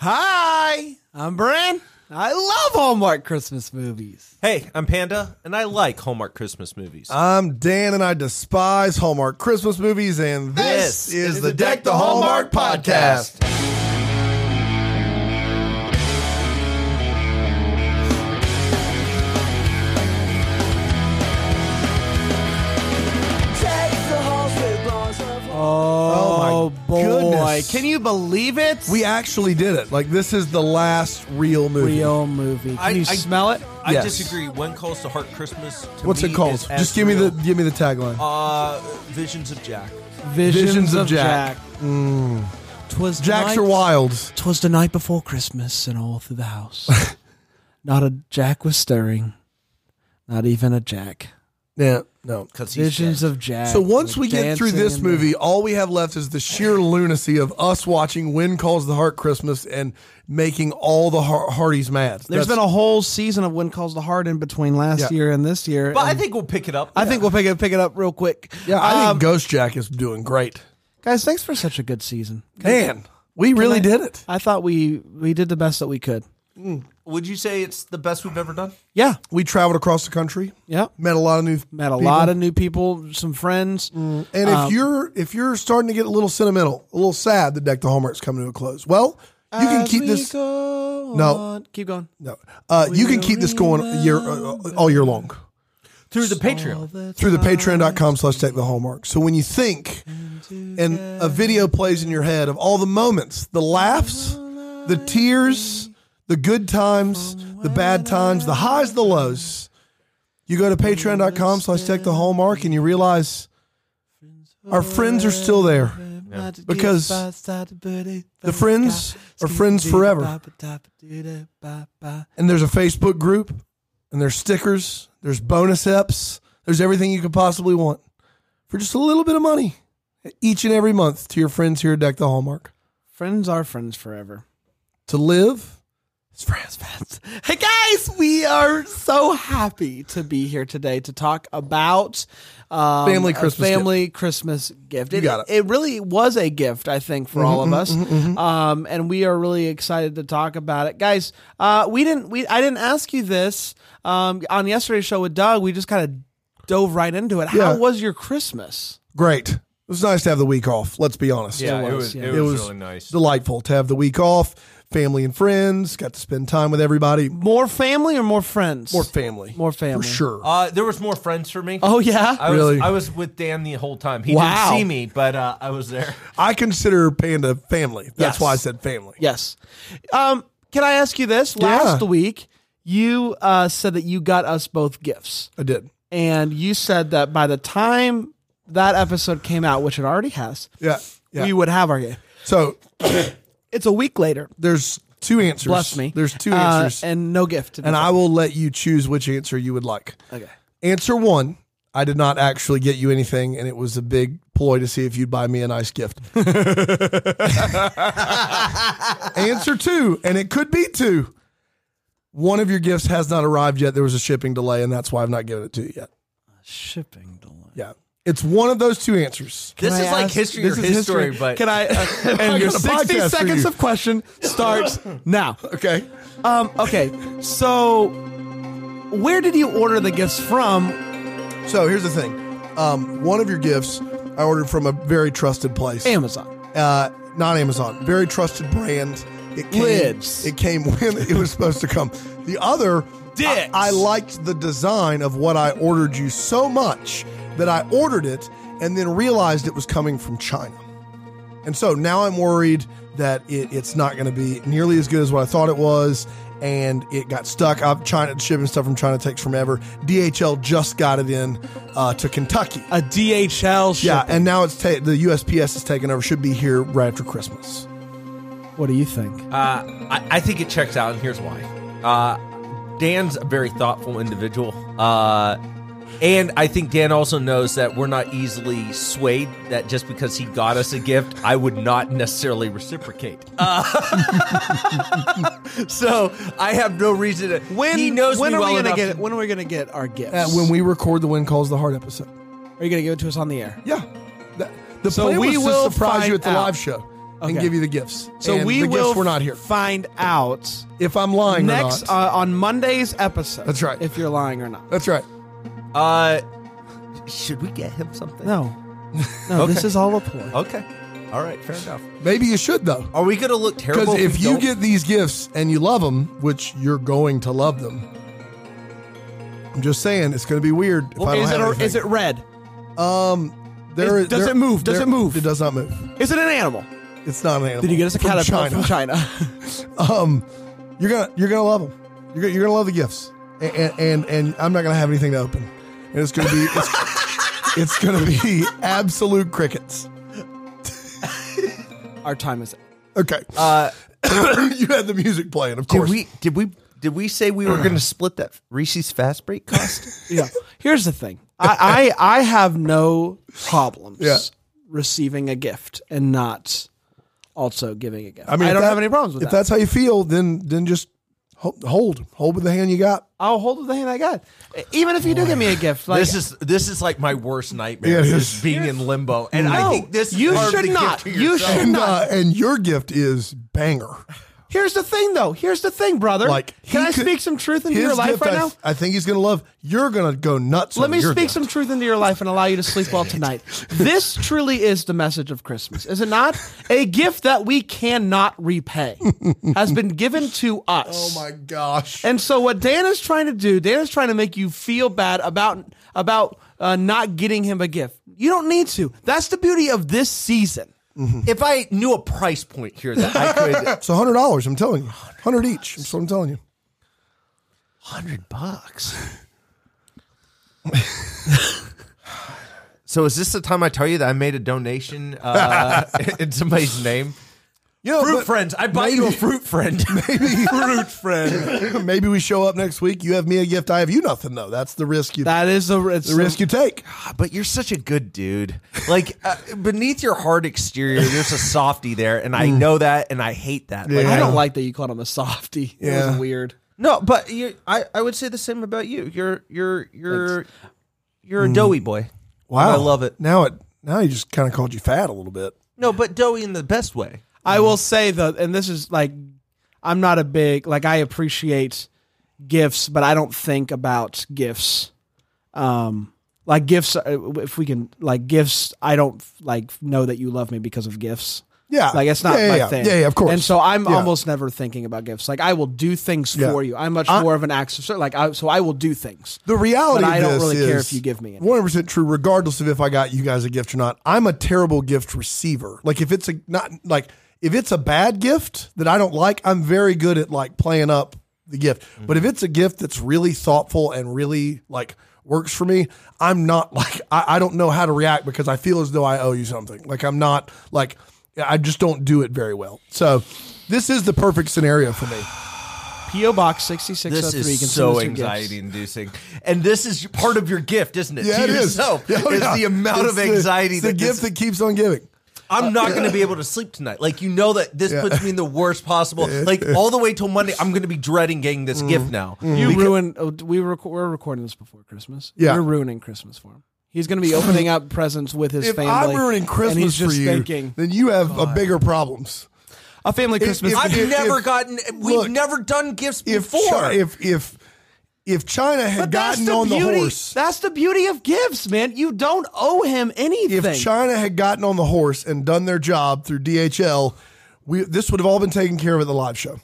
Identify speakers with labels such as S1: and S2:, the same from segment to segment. S1: Hi, I'm Bran. I love Hallmark Christmas movies.
S2: Hey, I'm Panda, and I like Hallmark Christmas movies.
S3: I'm Dan, and I despise Hallmark Christmas movies, and this, is, the Deck the Hallmark podcast.
S1: Oh,
S3: my
S1: boy.
S3: goodness.
S1: Can you believe it?
S3: We actually did it. Like, this is the last real movie.
S1: real movie. Can
S2: I-
S1: you
S2: I-
S1: smell it?
S2: I
S3: Yes.
S2: disagree. When Calls to Heart Christmas. To
S3: What's
S2: me
S3: it called?
S2: is as
S3: Just give me
S2: real.
S3: the give me the tagline.
S2: uh, Visions of Jack.
S1: Visions,
S3: Visions
S1: of,
S3: of
S1: Jack.
S3: Jack. Mm.
S1: Twas the
S3: Jacks
S1: night-
S3: are wild.
S1: Twas the night before Christmas, and all through the house, not a Jack was stirring, not even a Jack.
S3: Yeah, no.
S2: Because
S1: Visions of Jack.
S3: So once we get
S1: Dancing
S3: through this
S1: in the-
S3: movie, all we have left is the sheer lunacy of us watching "When Calls the Heart Christmas" and making all the Har- Hardys mad.
S1: There's
S3: That's-
S1: been a whole season of When Calls the Heart in between last
S3: Yeah.
S1: year and this year.
S2: But I
S1: and
S2: think we'll pick it up.
S1: I think we'll pick it pick it up real quick.
S3: yeah. I
S1: Um,
S3: think Ghost Jack is doing great.
S1: guys, thanks for such a good season.
S3: Man, we really
S1: I-
S3: did it.
S1: I thought we we did the best that we could.
S2: Would you say it's the best we've ever done?
S1: Yeah,
S3: We traveled across the country,
S1: yeah.
S3: met a lot of new,
S1: Met a lot um, of new people, some friends.
S3: and if you're if you're starting to get a little sentimental, a little sad that Deck the Hallmark's coming to a close, well, you can
S1: As
S3: keep
S1: we
S3: this.
S1: go
S3: No.
S1: on- keep going.
S3: No, uh, you can keep this going a year uh, all year long.
S2: Through the Patreon.
S3: through the patreon.com slash take the hallmark so when you think and a video plays in your head of all the moments the laughs the tears the good times the bad times the highs the lows you go to patreon.com slash take the hallmark and you realize our friends are still there Because
S1: the
S3: friends are friends forever. and there's a facebook group and there's stickers there's bonus eps there's everything you could possibly want for just a little bit of money each and every month to your friends here at deck the hallmark
S1: Friends are friends forever.
S3: to live
S1: It's friends, friends. Hey guys, we are so happy to be here today to talk about um,
S3: Family
S1: a
S3: Christmas
S1: family Christmas gift.
S3: You
S1: it,
S3: got it. Mm-hmm,
S1: really was a gift, I think, for all of us, um, and we are really excited to talk about it, guys. Uh, we didn't. We I didn't ask you this um, on yesterday's show with Doug. We just kind of dove right into it.
S3: Yeah.
S1: How was your Christmas?
S3: great. It was nice to have the week off. Let's be honest.
S1: it was, yeah.
S3: It was delightful to have the week off. Family and friends got to spend time with everybody.
S1: More family or more friends?
S3: More family.
S1: More family.
S3: For sure.
S2: Uh, there was more friends for me.
S1: Oh yeah.
S2: I was,
S3: really?
S2: I was with Dan the whole time. He
S1: Wow.
S2: didn't see me, but uh, I was there.
S3: I consider Panda family. That's
S1: Yes.
S3: why I said family.
S1: Yes. Um, can I ask you this? Last
S3: Yeah.
S1: week, you uh, said that you got us both gifts,
S3: I did.
S1: and you said that by the time that episode came out, which it already has,
S3: Yeah. yeah.
S1: we would have our gift.
S3: so
S1: It's a week later.
S3: there's two answers.
S1: Bless me.
S3: There's two
S1: uh,
S3: answers. and,
S1: and no gift. To be
S3: I will let you choose which answer you would like.
S1: okay.
S3: Answer one. I did not actually get you anything, and it was a big ploy to see if you'd buy me a nice gift. Answer two, and it could be two. One of your gifts has not arrived yet. There was a shipping delay, and that's why I've not given it to you yet.
S1: Shipping delay.
S3: Yeah. It's one of those two answers.
S2: This
S1: I
S2: is like
S1: ask-
S2: history
S3: this
S2: or
S3: is
S2: history,
S3: history.
S2: but
S1: Can I? Uh, and
S3: I
S1: your
S3: got a
S1: 60
S3: podcast for
S1: seconds
S3: you.
S1: of question starts now.
S3: Okay.
S1: Um, okay, so where did you order the gifts from?
S3: So here's the thing um, one of your gifts I ordered from a very trusted place.
S1: Amazon.
S3: uh, not Amazon, very trusted brand. It came,
S1: Lids.
S3: It came when it was supposed to come. The other,
S2: Dicks.
S3: I, I liked the design of what I ordered you so much that I ordered it and then realized it was coming from China. And so now I'm worried that it, it's not going to be nearly as good as what I thought it was. And it got stuck. i China shipping stuff from China takes forever. DHL just got it in uh, to Kentucky.
S1: A DHL ship.
S3: Yeah, and now it's ta- the USPS is taking over. Should be here right after Christmas.
S1: What do you think?
S2: Uh, I, I think it checks out, and here's why. Uh, Dan's a very thoughtful individual. Uh, and I think Dan also knows that we're not easily swayed, that just because he got us a gift, I would not necessarily reciprocate. Uh, so I have no reason to.
S1: When
S2: he knows
S1: when
S2: me
S1: are
S2: well
S1: we gonna
S2: enough
S1: get
S2: to-
S1: when are we gonna get our gifts?
S3: Uh, when we record the "When Calls the Heart" episode.
S1: are you gonna give it to us on the air?
S3: Yeah, That- the
S1: So
S3: plan
S1: we
S3: was to
S1: will
S3: surprise
S1: find
S3: you at the
S1: out.
S3: live show.
S1: Okay.
S3: and give you the gifts.
S1: So
S3: And
S1: we
S3: the
S1: will
S3: gifts were not here.
S1: find out
S3: If I'm lying
S1: next
S3: or not.
S1: uh, on Monday's episode.
S3: That's right.
S1: If you're lying or not.
S3: That's right.
S2: Uh, should we get him something?
S1: No. No,
S2: Okay.
S1: this is all a ploy.
S2: Okay. All right. Fair enough.
S3: Maybe you should though.
S2: Are we gonna look terrible?
S3: Because if
S2: we
S3: you
S2: don't-
S3: get these gifts and you love them, which you're going to love them, I'm just saying it's going to be weird. If I don't
S1: is it
S3: have
S1: or, is
S3: anything.
S1: it red?
S3: Um, there
S1: is-
S3: is-
S1: does
S3: there-
S1: it move? Does
S3: there-
S1: it move?
S3: It does not move.
S1: Is it an animal?
S3: It's not an animal.
S1: Did you get us a
S3: From
S1: caterpillar
S3: China.
S1: from China?
S3: Um, you're gonna you're gonna love them. You're gonna, you're gonna love the gifts, and and, and and I'm not gonna have anything to open, and it's gonna be it's, it's gonna be absolute crickets.
S1: Our time is.
S3: Okay,
S2: uh,
S3: you had the music playing, of
S2: did
S3: course.
S2: we did we did we say we were gonna split that Reese's fast break cost?
S1: Yeah. Here's the thing. I I, I have no problems
S3: Yeah.
S1: receiving a gift and not also giving a gift. I
S3: mean,
S1: I
S3: if
S1: don't
S3: that-
S1: have any problems with
S3: if
S1: that.
S3: that's how you feel, then then just ho- hold hold with the hand you got.
S1: I'll hold the hand I got, even if you do give me a gift. Like
S2: this is this is like my worst nightmare.
S3: It
S2: is
S3: is.
S2: being in limbo, and I
S1: No,
S2: think this is
S1: you
S2: part of
S1: should
S2: the gift
S1: not.
S2: to
S1: You
S2: yourself.
S1: should-
S3: And uh, and your gift is banger.
S1: Here's the thing, though. Here's the thing, brother.
S3: Like
S1: can
S3: he
S1: I
S3: could-
S1: speak some truth into
S3: his
S1: your life
S3: gift,
S1: right
S3: I,
S1: now?
S3: I think he's gonna love. You're gonna go nuts.
S1: Let
S3: on
S1: me
S3: your
S1: speak
S3: gift.
S1: some truth into your life and allow you to sleep well tonight. this truly is the message of Christmas, is it not? A gift that we cannot repay has been given to
S3: Oh
S1: us.
S3: my gosh!
S1: And so what Dan is trying to do, Dan is trying to make you feel bad about about uh, not getting him a gift. You don't need to. That's the beauty of this season.
S2: If I knew a price point here that I could,
S3: It's hundred dollars. I'm telling you, hundred each. That's what I'm telling you.
S2: hundred bucks. so is this the time I tell you that I made a donation uh, in somebody's name?
S3: You know,
S2: Fruit
S3: but-
S2: friends. I bought you a
S3: maybe-
S2: fruit friend. fruit friend.
S3: Maybe we show up next week. You have me a gift. I have you nothing though. That's the risk you
S1: That is the, it's
S3: the risk you take.
S2: But you're such a good dude. Like uh, beneath your hard exterior, there's a softy there, and I know that, and I hate that. Like,
S1: I
S3: Yeah.
S1: don't like that you called him a softie. It
S3: Yeah.
S1: was weird.
S2: no, but you, I, I would say the same about you. You're you're you're you're a doughy boy. And I love it.
S3: Now it now you just kind of called you fat a little bit.
S2: No, but doughy in the best way.
S1: I will say though, and this is like, I'm not a big like I appreciate gifts, but I don't think about gifts. Um, like gifts, uh, if we can like gifts, I don't like know that you love me because of gifts.
S3: Yeah.
S1: like it's not
S3: Yeah, yeah,
S1: my
S3: yeah.
S1: thing.
S3: Yeah, yeah, of course.
S1: And so I'm
S3: Yeah.
S1: almost never thinking about gifts. Like I will do things
S3: Yeah.
S1: for you. I'm much
S3: I-
S1: more of an acts of ser- like I, so I will do things.
S3: The reality
S1: But I
S3: of
S1: don't
S3: this
S1: really care
S3: is
S1: if you give me any.
S3: 100% true regardless of if I got you guys a gift or not. I'm a terrible gift receiver. Like if it's a not like if it's a bad gift that I don't like, I'm very good at like playing up the gift.
S1: Mm-hmm.
S3: But if it's a gift that's really thoughtful and really like works for me, I'm not like I, I don't know how to react because I feel as though I owe you something. Like I'm not like I just don't do it very well. So this is the perfect scenario for me.
S1: PO Box sixty six oh
S2: This
S1: three.
S2: is so anxiety inducing, and this is part of your gift, isn't it?
S3: Yeah,
S2: to
S3: it is.
S2: yourself,
S3: Yeah, oh,
S2: It's
S3: yeah.
S2: the amount
S3: It's
S2: of
S3: the-
S2: anxiety
S3: it's
S2: that
S3: the gift
S2: gets
S3: that keeps on giving.
S2: I'm not going to be able to sleep tonight. Like you know that this puts me in the worst possible. Like all the way till Monday, I'm going to be dreading getting this
S3: Mm-hmm.
S2: gift now.
S1: You ruin. Oh, we rec- we're recording this before Christmas.
S3: Yeah.
S1: you're ruining Christmas for him. He's going to be opening up presents with his
S3: if
S1: family.
S3: I'm ruining
S1: and
S3: Christmas
S1: he's just
S3: for you,
S1: thinking
S3: then you have a bigger problems.
S1: a family Christmas.
S3: if-
S1: could
S2: I've
S1: be-
S3: if-
S2: never
S3: if-
S2: gotten. We've
S3: look,
S2: never done gifts
S3: If
S2: before.
S3: Chi- if if if China had
S1: but that's
S3: gotten
S1: the
S3: on
S1: beauty.
S3: the horse,
S1: That's the beauty of gifts, man. You don't owe him anything.
S3: if China had gotten on the horse and done their job through DHL, we this would have all been taken care of at the live show.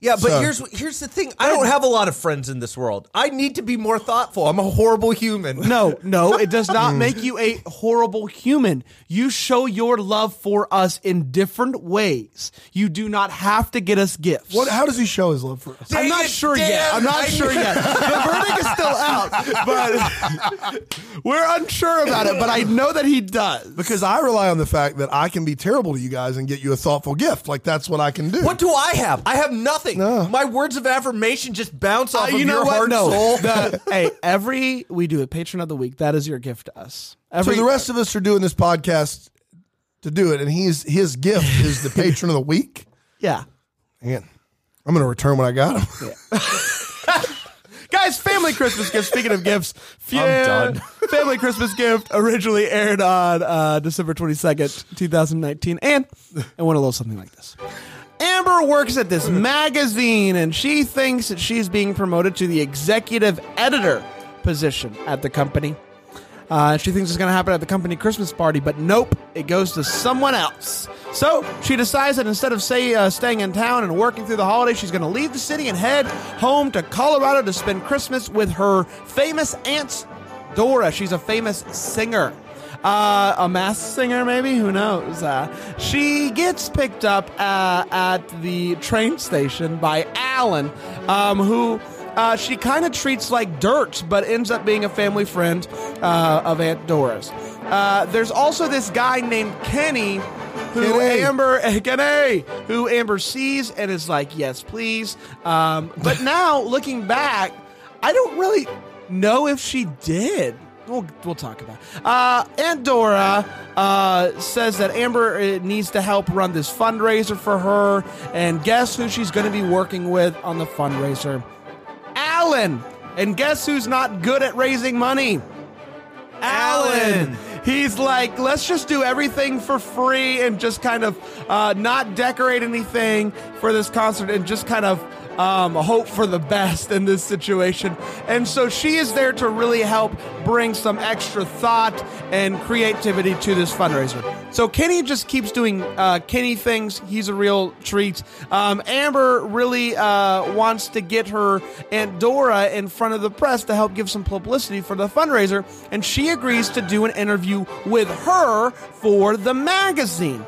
S2: yeah, but
S3: so-
S2: here's what- here's the thing. I don't have a lot of friends in this world. I need to be more thoughtful. I'm a horrible human.
S1: no, no, it does
S3: Mm.
S1: not make you a horrible human. You show your love for us in different ways. You do not have to get us gifts.
S3: What? How does he show his love for us?
S1: I'm
S2: Dang
S1: not
S2: it,
S1: sure yet.
S2: Dan.
S1: I'm not
S2: I-
S1: sure yet. The verdict is still out, but we're unsure about it. But I know that he does.
S3: Because I rely on the fact that I can be terrible to you guys and get you a thoughtful gift. Like that's what I can do.
S2: What do I have? I have nothing. My words of affirmation just bounce
S1: Uh,
S2: off of your heart
S1: No.
S2: soul.
S1: The- hey, every we do a patron of the week. That is your gift to us.
S3: So
S1: Every
S3: the rest of us are doing this podcast to do it, and he's his gift is the patron of the week.
S1: yeah.
S3: Man, I'm going to return what I got him.
S1: guys, family Christmas gift. Speaking of gifts, yeah,
S2: done.
S1: family Christmas gift originally aired on uh, December 22nd, 2019. And I want a little something like this. Amber works at this magazine and she thinks that she's being promoted to the executive editor position at the company. Uh, she thinks it's going to happen at the company Christmas party, but nope, it goes to someone else. So she decides that instead of say, uh, staying in town and working through the holiday, she's going to leave the city and head home to Colorado to spend Christmas with her famous aunt Dora. She's a famous singer. Uh, a masked singer, maybe? Who knows? Uh, she gets picked up uh, at the train station by Alan, um, who uh, she kind of treats like dirt, but ends up being a family friend uh, of Aunt Dora's. Uh, there's also this guy named Kenny, who
S3: Kenny.
S1: Amber Kenny, who Amber sees and is like, "Yes, please." Um, but now looking back, I don't really know if she did. We'll, we'll talk about. it. Uh, Aunt Dora uh, says that Amber uh, needs to help run this fundraiser for her, and guess who she's going to be working with on the fundraiser? Alan. And guess who's not good at raising money? Alan.
S2: Alan.
S1: He's like, let's just do everything for free and just kind of uh, not decorate anything for this concert and just kind of um, hope for the best in this situation. And so she is there to really help bring some extra thought and creativity to this fundraiser. So Kenny just keeps doing uh, Kenny things. He's a real treat. Um, Amber really uh, wants to get her Aunt Dora in front of the press to help give some publicity for the fundraiser, and she agrees to do an interview with her for the magazine.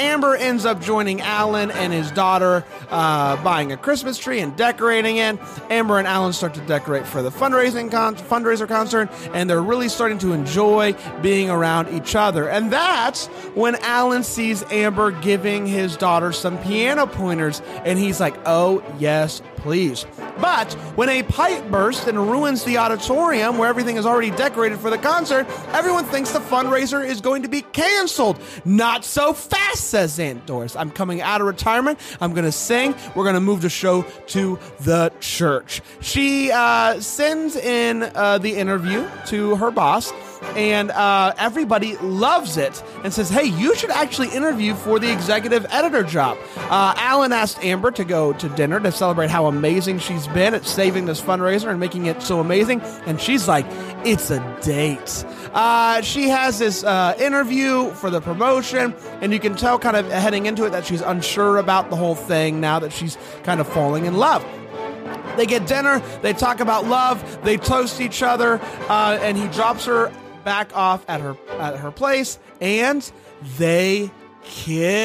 S1: Amber ends up joining Alan and his daughter, uh, buying a Christmas tree and decorating it. Amber and Alan start to decorate for the fundraising con- fundraiser concert, and they're really starting to enjoy being around each other. And that's when Alan sees Amber giving his daughter some piano pointers, and he's like, "Oh yes, please." But when a pipe bursts and ruins the auditorium where everything is already decorated for the concert, everyone thinks the fundraiser is going to be canceled. Not so fast, says Aunt Doris. I'm coming out of retirement. I'm going to sing. We're going to move the show to the church. She uh, sends in uh, the interview to her boss. And uh, everybody loves it and says, Hey, you should actually interview for the executive editor job. Uh, Alan asked Amber to go to dinner to celebrate how amazing she's been at saving this fundraiser and making it so amazing. And she's like, it's a date. Uh, she has this uh, interview for the promotion, and you can tell kind of heading into it that she's unsure about the whole thing now that she's kind of falling in love. They get dinner. They talk about love. They toast each other, uh, and he drops her back off at her at her place, and they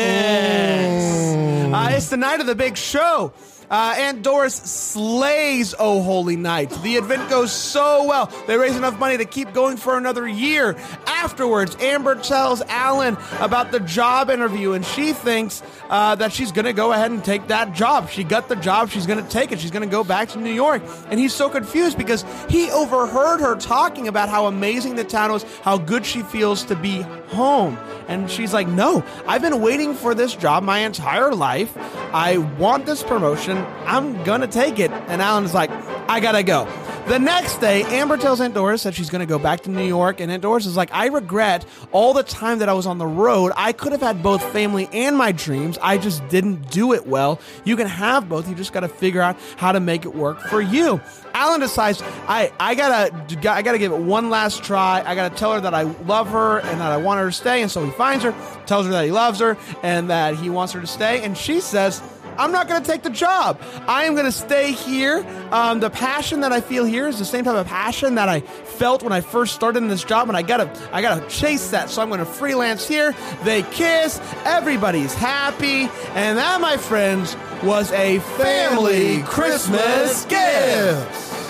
S1: kiss. Uh, it's the night of the big show. Uh, Aunt Doris slays Oh Holy Night. The event goes so well. They raise enough money to keep going for another year. Afterwards, Amber tells Alan about the job interview, and she thinks uh, that she's going to go ahead and take that job. She got the job. She's going to take it. She's going to go back to New York. And he's so confused because he overheard her talking about how amazing the town was, how good she feels to be home. And she's like, No, I've been waiting for this job my entire life. I want this promotion. I'm going to take it. And Alan's like, I got to go. The next day, Amber tells Aunt Doris that she's going to go back to New York. And Aunt Doris is like, I regret all the time that I was on the road. I could have had both family and my dreams. I just didn't do it well. You can have both. You just got to figure out how to make it work for you. Alan decides, I, I gotta, I gotta give it one last try. I gotta tell her that I love her and that I want her to stay. And so he finds her, tells her that he loves her and that he wants her to stay. And she says, I'm not going to take the job. I am going to stay here. Um, the passion that I feel here is the same type of passion that I felt when I first started in this job, and I gotta, I gotta chase that. So I'm going to freelance here. They kiss. Everybody's happy, and that, my friends, was a family Christmas gift.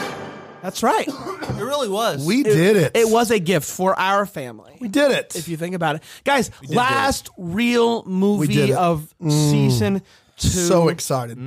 S1: That's right.
S2: It really was.
S3: We did it.
S1: It was a gift for our family.
S3: We did it.
S1: If you think about it, guys, last real
S3: did
S1: movie
S3: it. Mm.
S1: of season two.
S3: so excited.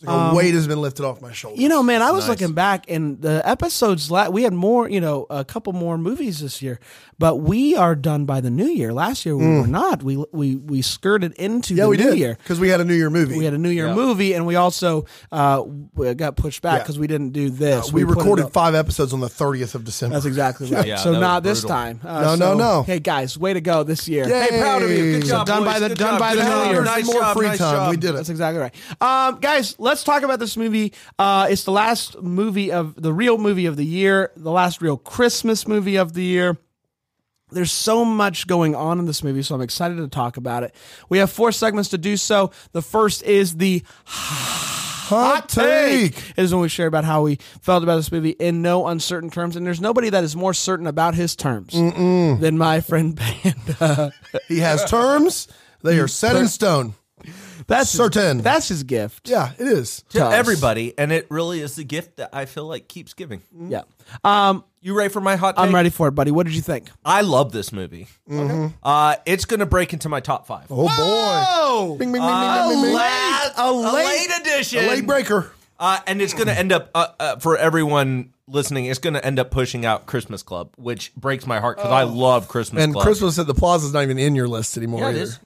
S3: It's like a weight has been lifted off my shoulders.
S1: Mm-hmm. Um, You know, man, I was looking back and the episodes. La- we had more, you know, a couple more movies this year, but we are done by the new year. Last year we were not. We we we skirted into
S3: Mm. yeah,
S1: the
S3: we
S1: new
S3: did
S1: year.
S3: because we had a New Year movie.
S1: We had a New Year movie, and we also uh, w- got pushed back
S3: Yeah.
S1: because we didn't do this.
S3: we,
S1: put it
S3: recorded
S1: up-
S3: five episodes on the 30th of December.
S1: That's exactly right.
S2: Yeah,
S1: so
S2: that was
S1: not this
S2: brutal.
S1: time. Uh,
S3: No, no,
S1: so-
S3: no.
S1: Hey guys, way to go this year.
S3: Yay.
S2: Hey, proud of you. Good
S3: So
S2: job.
S1: done
S2: boys.
S1: by the-
S2: Good
S1: done
S2: job.
S1: by the
S2: Good
S1: new
S2: job.
S1: year.
S2: Nice
S3: More
S2: job.
S3: free
S2: nice
S3: time.
S2: job.
S3: We did it.
S1: That's exactly right. Um, guys, let's talk about this movie. Uh, it's the last movie of the real movie of the year, the last real Christmas movie of the year. There's so much going on in this movie, so I'm excited to talk about it. We have four segments to do so. The first is the
S3: Hot take.
S1: is when we share about how we felt about this movie in no uncertain terms. And there's nobody that is more certain about his terms than my friend Panda.
S3: He has terms. They are set in stone.
S1: That's his-
S3: Certain.
S1: that's his gift.
S3: Yeah, it is.
S2: To
S1: Toss.
S2: everybody, and it really is the gift that I feel like keeps giving.
S1: Yeah. Um,
S2: You ready for my hot take?
S1: I'm ready for it, buddy. What did you think?
S2: I love this movie. Uh, it's going to break into my top five.
S3: Oh boy.
S1: Oh,
S3: Bing, bing, bing, bing, bing, bing.
S2: late, a late, edition.
S3: A late breaker.
S2: Uh, and it's going to end up, uh, uh, for everyone listening, it's going to end up pushing out Christmas Club, which breaks my heart because I
S1: Oh.
S2: love Christmas
S3: And
S2: Club.
S3: Christmas at the Plaza is not even in your list anymore.
S2: Yeah, it
S3: either.
S2: is.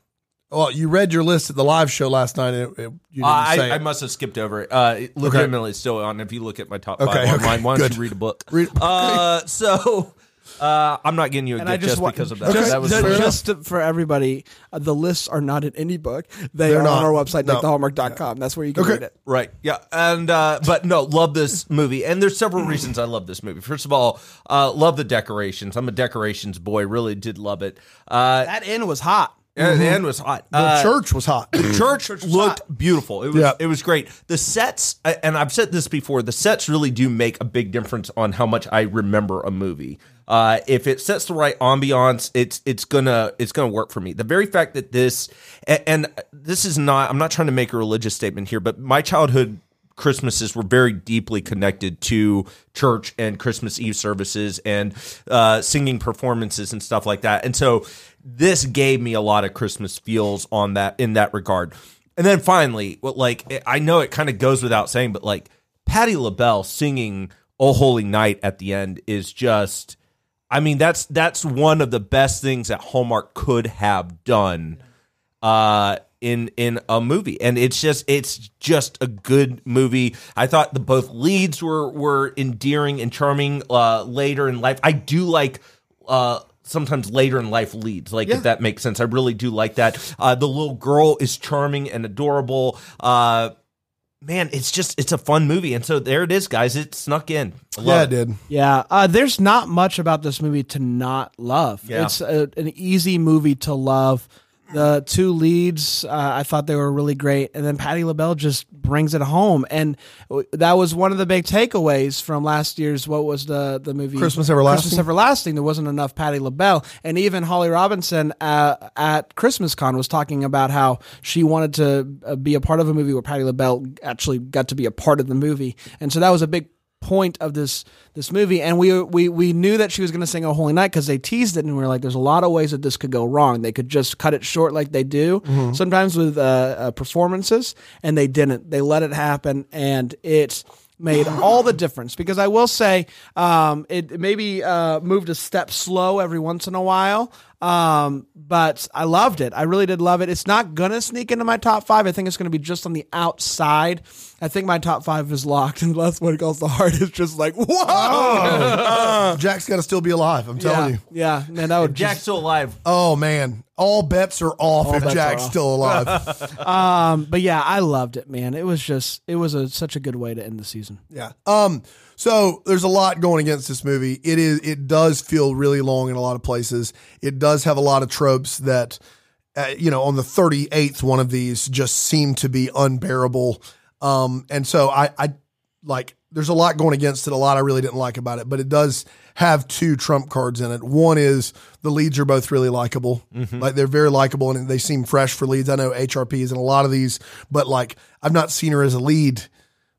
S3: Well, you read your list at the live show last night. And it, it- you didn't
S2: Uh,
S3: say
S2: I,
S3: it.
S2: I must have skipped over it. Uh, it legitimately, it's still on. If you look at my top
S3: Okay,
S2: five
S3: okay,
S2: online, why don't
S3: good.
S2: you read a book?
S3: Read-
S2: Uh, so uh, I'm not getting you a
S1: And
S2: gift
S1: I just,
S2: just,
S1: wa-
S2: because of that.
S1: Just,
S2: that was
S1: just,
S2: fair.
S1: just to- for everybody, uh, the lists are not in any book. They
S3: They're
S1: are
S3: not.
S1: on our website,
S3: No.
S1: nickthehallmark.com. That's where you can
S3: Okay.
S1: read it.
S2: Right. Yeah. And uh but no, love this movie. And there's several reasons I love this movie. First of all, uh love the decorations. I'm a decorations boy. Really did love it. Uh
S1: That end was hot.
S2: and, and was hot.
S3: Mm-hmm. the
S2: Uh,
S3: church was hot.
S2: church looked beautiful. It was
S3: Yeah.
S2: it was great. The sets, I- and I've said this before, the sets really do make a big difference on how much I remember a movie. Uh, if it sets the right ambiance, it's it's gonna it's gonna work for me. The very fact that this and, and this is not I'm not trying to make a religious statement here, but my childhood Christmases were very deeply connected to church and Christmas Eve services and uh, singing performances and stuff like that. And so this gave me a lot of Christmas feels on that in that regard. And then finally, what like eh, I know it kind of goes without saying, but like Patti LaBelle singing "Oh Holy Night" at the end is just. I mean, that's that's one of the best things that Hallmark could have done uh in in a movie and it's just it's just a good movie i thought the both leads were were endearing and charming uh later in life i do like uh sometimes later in life leads like if that makes sense i really do like that uh the little girl is charming and adorable uh man it's just it's a fun movie and so there it is guys it snuck in I love
S3: yeah,
S2: it.
S3: it did.
S1: Yeah, uh, there's not much about this movie to not love.
S2: Yeah.
S1: It's a, an easy movie to love. The two leads, uh, I thought they were really great, and then Patty LaBelle just brings it home, and w- that was one of the big takeaways from last year's what was the the movie
S3: Christmas Everlasting?
S1: Christmas Everlasting. There wasn't enough Patty LaBelle, and even Holly Robinson uh, at Christmas Con was talking about how she wanted to uh, be a part of a movie where Patty LaBelle actually got to be a part of the movie, and so that was a big point of this this movie and we we we knew that she was going to sing oh holy night because they teased it and we were like there's a lot of ways that this could go wrong they could just cut it short like they do sometimes with uh, uh performances and they didn't they let it happen and it made all the difference because i will say um it maybe uh moved a step slow every once in a while um but i loved it i really did love it it's not gonna sneak into my top five i think it's gonna be just on the outside i think my top five is locked and the last one calls the heart is just like whoa
S3: Jack's got to still be alive. I'm
S1: yeah,
S3: telling you.
S1: yeah man that would
S2: jack's
S1: just,
S2: still alive
S3: Oh man, all bets are off if
S1: bets are
S3: Jack's
S1: off.
S3: still alive.
S1: um, but yeah i loved it man it was just it was a, such a good way to end the season
S3: yeah. Um. So there's a lot going against this movie. It is. It does feel really long in a lot of places. It does have a lot of tropes that, uh, you know, on the 38th one of these just seemed to be unbearable. Um. And so I, I like. There's a lot going against it. A lot I really didn't like about it, but it does have two trump cards in it. One is the leads are both really likable. Like they're very likable and they seem fresh for leads. I know HRPs and a lot of these, but like I've not seen her as a lead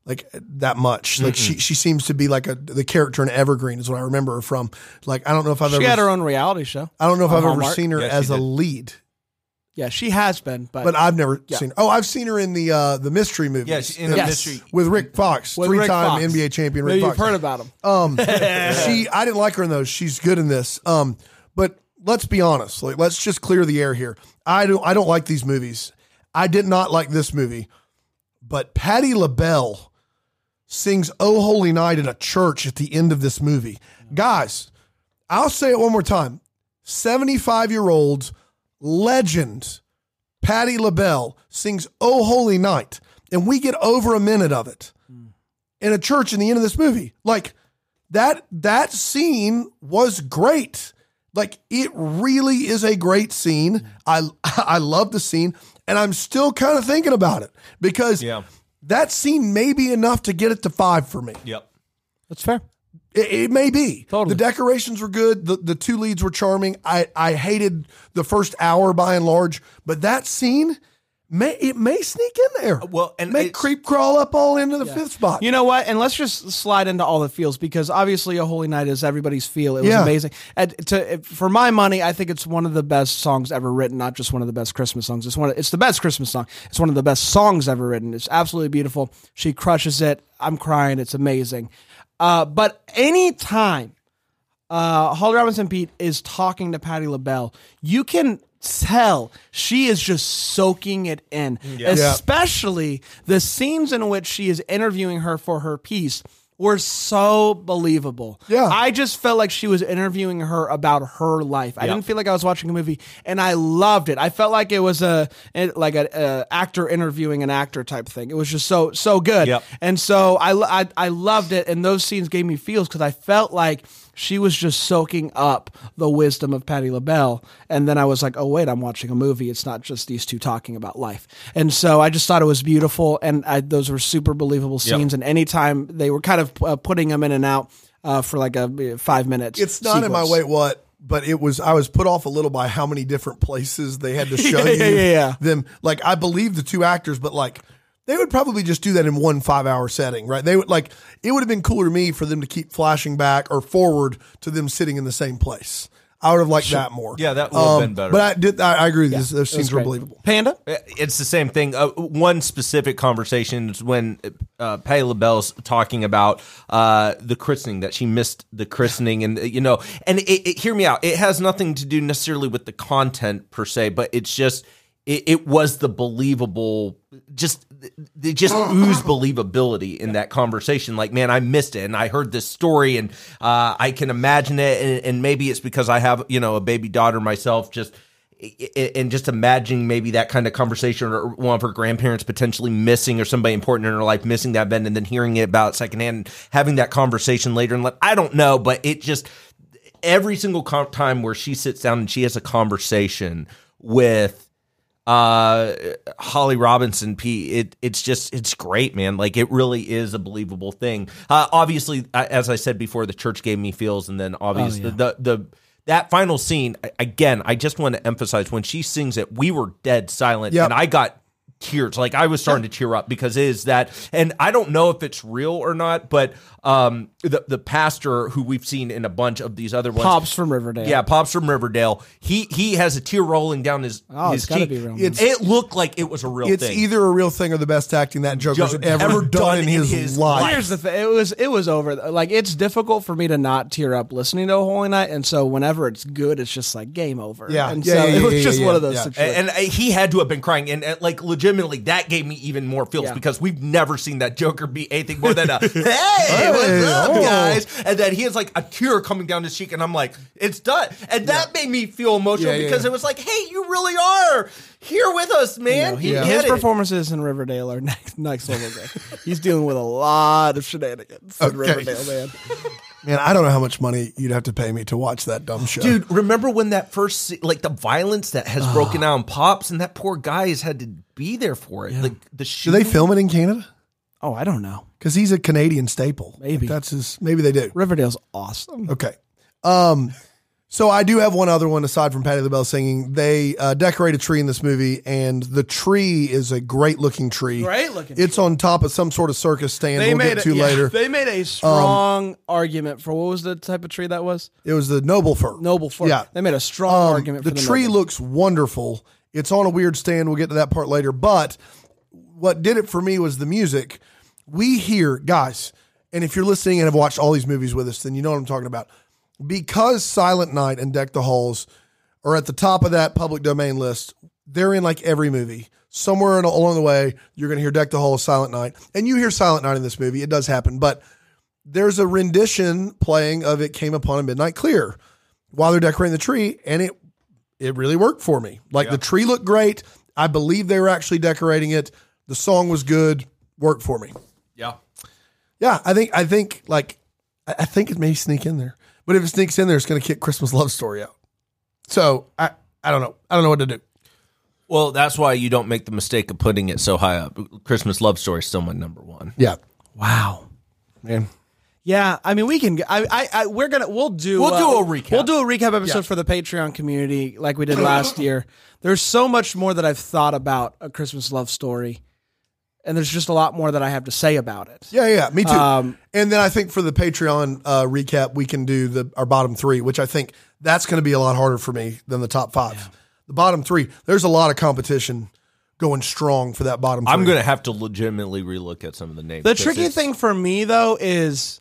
S3: like uh, that much. Like
S1: Mm-hmm.
S3: she she seems to be like a the character in Evergreen is what I remember her from. Like I don't know if I've
S1: she
S3: ever
S1: had her own reality show
S3: I don't know if
S1: on
S3: I've ever
S1: Hallmark.
S3: seen her
S2: Yes, she
S3: as a
S2: did.
S3: lead.
S1: Yeah, she has been, but,
S3: But I've never
S1: Yeah.
S3: seen her. Oh, I've seen her in the uh, the mystery movies.
S2: Yeah, she- in
S1: Yes.
S2: a mystery.
S3: with Rick Fox,
S1: With Rick
S3: three-time
S1: Fox.
S3: NBA champion Rick
S1: maybe you've
S3: Fox.
S1: heard about him.
S3: Um, she, I didn't like her in those. She's good in this. Um, but let's be honest. Like, let's just clear the air here. I don't. I don't like these movies. I did not like this movie. But Patty LaBelle sings "Oh Holy Night" in a church at the end of this movie. Guys, I'll say it one more time. Seventy-five-year-old legend Patty LaBelle sings "Oh Holy Night," and we get over a minute of it in a church in the end of this movie. Like that that scene was great. Like it really is a great scene. I I love the scene and I'm still kind of thinking about it because
S2: Yeah.
S3: that scene may be enough to get it to 5 for me.
S2: Yep.
S1: That's fair.
S3: It, it may be.
S1: Totally.
S3: The decorations were good. The the two leads were charming. I I hated the first hour by and large, but that scene may it may sneak in there.
S2: Well, and
S3: may
S2: it's-
S3: creep crawl up all into the fifth spot.
S1: You know what? And let's just slide into all the feels because obviously "A Holy Night" is everybody's feel. It was
S3: Yeah.
S1: amazing. And to for my money, I think it's one of the best songs ever written. Not just one of the best Christmas songs. It's one. Of, it's the best Christmas song. It's one of the best songs ever written. It's absolutely beautiful. She crushes it. I'm crying. It's amazing. Uh, but anytime uh, Holly Robinson Pete is talking to Patty LaBelle, you can tell she is just soaking it in, especially the scenes in which she is interviewing her for her piece were so believable.
S3: Yeah.
S1: I just felt like she was interviewing her about her life. I didn't feel like I was watching a movie and I loved it. I felt like it was a it- like an actor interviewing an actor type thing. It was just so so good.
S2: Yep.
S1: And so I, lo- I I loved it, and those scenes gave me feels because I felt like she was just soaking up the wisdom of Patti LaBelle. And then I was like, oh wait, I'm watching a movie. It's not just these two talking about life. And so I just thought it was beautiful, and I, those were super believable scenes. And anytime they were kind of uh, putting them in and out uh, for like a uh, five minutes,
S3: It's not in my
S1: sequence.
S3: wait what, but it was. I was put off a little by how many different places they had to show
S1: Yeah,
S3: you
S1: yeah, yeah, yeah.
S3: them. Like I believe the two actors, but like they would probably just do that in one five hour setting, right? They would like it would have been cooler to me for them to keep flashing back or forward to them sitting in the same place. I would have liked that more. Um,
S2: Yeah, that would have been better.
S3: But I did. I, I agree. with this, those
S1: It was
S3: scenes were
S1: great.
S3: believable.
S1: Panda.
S2: Uh, It's the same thing. Uh, one specific conversation is when uh, Patty LaBelle's talking about uh, the christening that she missed the christening, and uh, you know, and it, it, hear me out. It has nothing to do necessarily with the content per se, but it's just it, it was the believable. Just they just ooze believability in that conversation. Like, man, I missed it, and I heard this story, and uh, I can imagine it, and, and maybe it's because I have you know a baby daughter myself. Just I- I- and just imagining maybe that kind of conversation or one of her grandparents potentially missing or somebody important in her life missing that event and then hearing it about secondhand and having that conversation later in life. I don't know, but it just every single com- time where she sits down and she has a conversation with uh Holly Robinson P it it's just it's great man like it really is a believable thing uh obviously I- as I said before the church gave me feels and then obviously the, the that final scene a- again I just want to emphasize when she sings it we were dead silent
S3: Yep.
S2: and I got tears like I was starting to cheer up because it is that and I don't know if it's real or not but um the the pastor who we've seen in a bunch of these other ones
S1: Pops from Riverdale.
S2: yeah, pops from Riverdale. He he has a tear rolling down his
S1: Oh,
S2: his
S1: it's gotta
S2: cheek.
S1: be real, man.
S2: It's- it looked like it was a real
S3: It's
S2: thing.
S3: either a real thing or the best acting that Joker's
S2: Jo-
S3: ever, done, in his, life.
S1: Here's the thing. It was it was over. Like it's difficult for me to not tear up listening to Holy Night, and so whenever it's good, it's just like game over.
S3: Yeah.
S1: and
S3: Yeah,
S1: so
S3: yeah,
S1: it was
S3: yeah,
S1: just
S3: yeah,
S1: one
S3: yeah,
S1: of those
S3: yeah.
S1: situations.
S2: and, and he had to have been crying, and, uh, like legitimately, that gave me even more feels
S1: Yeah.
S2: because we've never seen that Joker be anything more than a "Hey, what's up,
S3: oh."
S2: guys?" And then he has like a tear coming down his cheek, and I'm like, "It's done." And that made me feel emotional
S3: Yeah, yeah,
S2: because
S3: yeah.
S2: it was like, "Hey, you really are here with us, man."
S1: No, he-
S2: You
S1: His
S2: get it.
S1: performances in Riverdale are next next level. Good. He's dealing with a lot of shenanigans in
S3: Okay.
S1: Riverdale, man.
S3: Man, I don't know how much money you'd have to pay me to watch that dumb show.
S2: Dude, remember when that first, se- like the violence that has broken out in Pops, and that poor guy has had to be there for it. Like the
S3: do
S2: shooting.
S3: they film it in Canada?
S1: Oh, I don't know.
S3: Because he's a Canadian staple.
S1: Maybe.
S3: that's his. Maybe they do.
S1: Riverdale's awesome.
S3: Okay. Um, so I do have one other one aside from Patty LaBelle singing. They uh, decorate a tree in this movie, and the tree is a great looking tree.
S1: Great looking
S3: It's on top of some sort of circus stand. we'll get to
S1: yeah,
S3: later.
S1: They made a strong argument for Um, what was the type of tree that was
S3: it was the noble fir.
S1: noble fir.
S3: Yeah.
S1: they made a strong
S3: Um,
S1: argument.
S3: the
S1: for the
S3: tree
S1: noble.
S3: looks wonderful. It's on a weird stand. We'll get to that part later. But what did it for me was the music. We hear, guys, and if you're listening and have watched all these movies with us, then you know what I'm talking about. Because Silent Night and Deck the Halls are at the top of that public domain list, they're in like every movie. Somewhere in- along the way, you're going to hear Deck the Halls, Silent Night. And you hear Silent Night in this movie. It does happen. But there's a rendition playing of It Came Upon a Midnight Clear while they're decorating the tree. And it it really worked for me. Like the tree looked great. I believe they were actually decorating it. The song was good. Worked for me.
S2: Yeah.
S3: Yeah, I think I think like I I think it may sneak in there. But if it sneaks in there, it's going to kick Christmas Love Story out. So I I don't know. I don't know what to do.
S2: Well, that's why you don't make the mistake of putting it so high up. Christmas Love Story is still my number one.
S3: Yeah,
S1: Wow.
S3: man.
S1: Yeah, I mean, we can. I, I, I we're gonna. We'll do. uh,
S2: We'll do a recap.
S1: We'll do a recap episode for the Patreon community, like we did last year. There's so much more that I've thought about a Christmas love story, and there's just a lot more that I have to say about it.
S3: Yeah, yeah, me too.
S1: Um,
S3: and then I think for the Patreon uh, recap, we can do the our bottom three, which I think that's going to be a lot harder for me than the top five. The bottom three, there's a lot of competition going strong for that bottom.
S2: I'm
S3: three.
S2: going to have to legitimately relook at some of the names.
S1: The
S2: 'cause
S1: tricky
S2: it's-
S1: thing for me though is